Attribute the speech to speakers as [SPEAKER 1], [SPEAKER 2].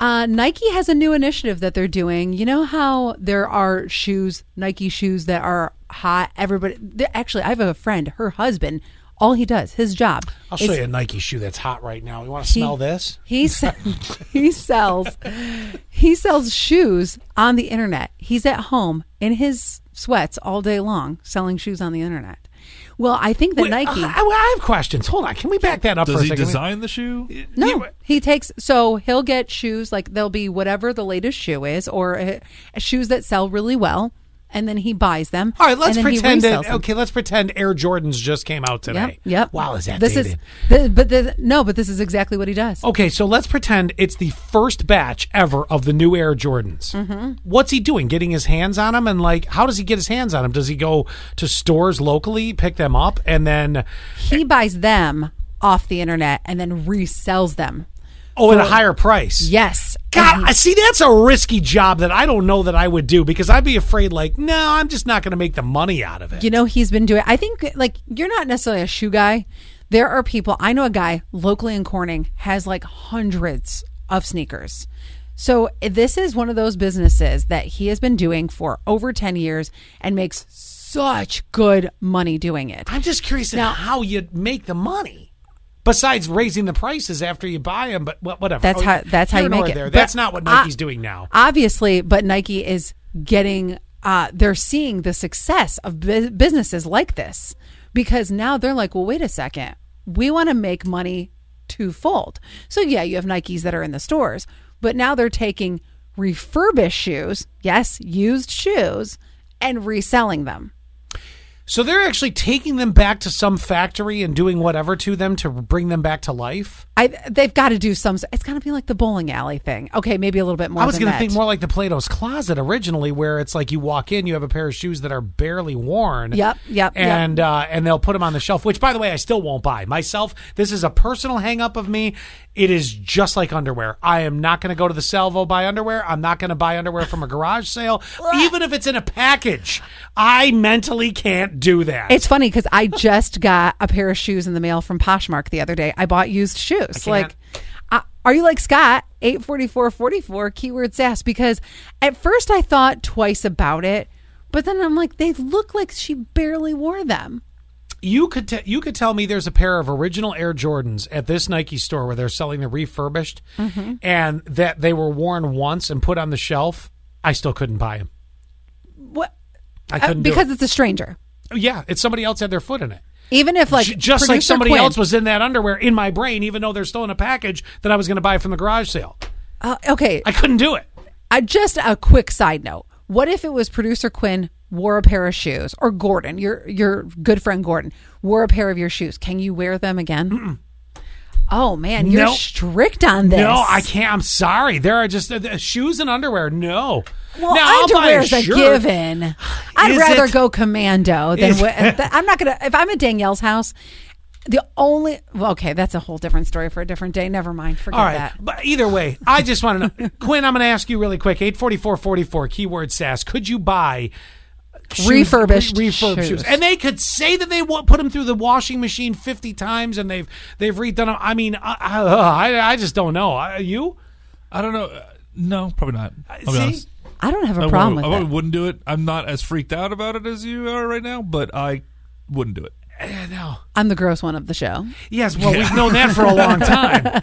[SPEAKER 1] Uh, Nike has a new initiative that they're doing. You know how there are shoes, Nike shoes that are hot. Everybody, there- actually, I have a friend, her husband. All he does, his job.
[SPEAKER 2] I'll
[SPEAKER 1] is
[SPEAKER 2] show you a Nike shoe that's hot right now. You want to smell this?
[SPEAKER 1] He se- he sells he sells shoes on the internet. He's at home in his sweats all day long selling shoes on the internet. Well, I think that
[SPEAKER 2] Wait, uh,
[SPEAKER 1] Nike.
[SPEAKER 2] I, I have questions. Hold on. Can we back that up for
[SPEAKER 3] Does
[SPEAKER 2] a
[SPEAKER 3] he
[SPEAKER 2] second?
[SPEAKER 3] design the shoe?
[SPEAKER 1] no, he takes so he'll get shoes like there'll be whatever the latest shoe is, or uh, shoes that sell really well, and then he buys them.
[SPEAKER 2] All right, let's
[SPEAKER 1] and then he resells
[SPEAKER 2] pretend that.
[SPEAKER 1] them.
[SPEAKER 2] Okay, let's pretend Air Jordans just came
[SPEAKER 1] Yep.
[SPEAKER 2] out today.
[SPEAKER 1] Yep.
[SPEAKER 2] Wow, is that
[SPEAKER 1] this
[SPEAKER 2] dated?
[SPEAKER 1] is th- but this, no, but this is exactly what he does.
[SPEAKER 2] Okay, so let's pretend it's the first batch ever of the new Air Jordans. Mm-hmm. What's he doing? Getting his hands on them, and like, how does he get his hands on them? Does he go to stores locally, pick them up, and then
[SPEAKER 1] He buys them off the internet and then resells them.
[SPEAKER 2] oh, at a higher price?
[SPEAKER 1] Yes.
[SPEAKER 2] God, I see that's a risky job that I don't know that I would do because I'd be afraid, like, no, I'm just not going to make the money out of it.
[SPEAKER 1] You know, he's been doing. I think like you're not necessarily a shoe guy. There are people I know. A guy locally in Corning has like hundreds of sneakers. So this is one of those businesses that he has been doing for over ten years and makes such good money doing it.
[SPEAKER 2] I'm just curious now, how you make the money besides raising the prices after you buy them. But wha- whatever.
[SPEAKER 1] That's
[SPEAKER 2] Oh,
[SPEAKER 1] how. That's how
[SPEAKER 2] here
[SPEAKER 1] you
[SPEAKER 2] nor
[SPEAKER 1] make it.
[SPEAKER 2] there.
[SPEAKER 1] But
[SPEAKER 2] That's not what
[SPEAKER 1] I-
[SPEAKER 2] Nike's doing now.
[SPEAKER 1] Obviously, but Nike is getting. Uh, they're seeing the success of bu- businesses like this because now they're like, well, wait a second, we want to make money twofold. So yeah, you have Nikes that are in the stores, but now they're taking refurbished shoes, yes, used shoes, and reselling them.
[SPEAKER 2] So they're actually taking them back to some factory and doing whatever to them to bring them back to life.
[SPEAKER 1] I they've got to do some. It's got to be like the bowling alley thing. Okay, maybe a little bit more.
[SPEAKER 2] I was
[SPEAKER 1] than
[SPEAKER 2] going to
[SPEAKER 1] that.
[SPEAKER 2] think more like the Plato's Closet originally, where it's like you walk in, you have a pair of shoes that are barely worn.
[SPEAKER 1] Yep, yep, yep.
[SPEAKER 2] And Uh, and they'll put them on the shelf. Which, by the way, I still won't buy myself. This is a personal hang up of me. It is just like underwear. I am not going to go to the Salvo buy underwear. I'm not going to buy underwear from a garage sale, even if it's in a package. I mentally can't do that.
[SPEAKER 1] It's funny because I just got a pair of shoes in the mail from Poshmark the other day. I bought used shoes. like, I, are you like Scott? Eight forty four forty four keyword sass. Because at first I thought twice about it, but then I'm like, they look like she barely wore them.
[SPEAKER 2] you could t- you could tell me there's a pair of original Air Jordans at this Nike store where they're selling the refurbished,
[SPEAKER 1] Mm-hmm.
[SPEAKER 2] and that they were worn once and put on the shelf. I still couldn't buy them.
[SPEAKER 1] What?
[SPEAKER 2] I
[SPEAKER 1] uh,
[SPEAKER 2] couldn't do
[SPEAKER 1] because
[SPEAKER 2] it.
[SPEAKER 1] it's a stranger.
[SPEAKER 2] yeah, it's somebody else had their foot in it.
[SPEAKER 1] Even if like
[SPEAKER 2] J- just like
[SPEAKER 1] producer
[SPEAKER 2] somebody
[SPEAKER 1] Quinn-
[SPEAKER 2] else was in that underwear in my brain, even though they're still in a package that I was going to buy from the garage sale.
[SPEAKER 1] Uh, okay,
[SPEAKER 2] I couldn't do it.
[SPEAKER 1] I Uh, just a quick side note. What if it was producer Quinn wore a pair of shoes, or Gordon, your your good friend Gordon, wore a pair of your shoes? Can you wear them again? Oh man, you're
[SPEAKER 2] No.
[SPEAKER 1] strict on this.
[SPEAKER 2] No, I can't. I'm sorry. There are just uh, uh, shoes and underwear. No.
[SPEAKER 1] Well,
[SPEAKER 2] I'll buy
[SPEAKER 1] underwear's a,
[SPEAKER 2] shirt.
[SPEAKER 1] given. I'd
[SPEAKER 2] Is
[SPEAKER 1] rather
[SPEAKER 2] it?
[SPEAKER 1] go commando than
[SPEAKER 2] Is-
[SPEAKER 1] wear, I'm not gonna. If I'm at Danielle's house, the only well, okay, that's a whole different story for a different day. Never mind, forget
[SPEAKER 2] All right.
[SPEAKER 1] that.
[SPEAKER 2] But either way, I just want to know. Quinn, I'm going to ask you really quick. 84444, keyword SAS. Could you buy shoes-
[SPEAKER 1] Refurbished
[SPEAKER 2] re- refurb shoes.
[SPEAKER 1] shoes.
[SPEAKER 2] And they could say that they wa- put them through the washing machine 50 times and they've they've redone them. I mean, I, I, I- I just don't know. Uh, you?
[SPEAKER 3] I don't know. Uh, No, probably not. I'll be
[SPEAKER 2] Uh, see?
[SPEAKER 3] honest.
[SPEAKER 1] I don't have a
[SPEAKER 3] I,
[SPEAKER 1] problem with
[SPEAKER 3] wouldn't- I
[SPEAKER 1] that.
[SPEAKER 3] wouldn't- wouldn't do it. I'm not as freaked out about it as you are right now, but I wouldn't do it.
[SPEAKER 2] Eh, no.
[SPEAKER 1] I'm the gross one of the show.
[SPEAKER 2] Yes, well, we've known that for a long time.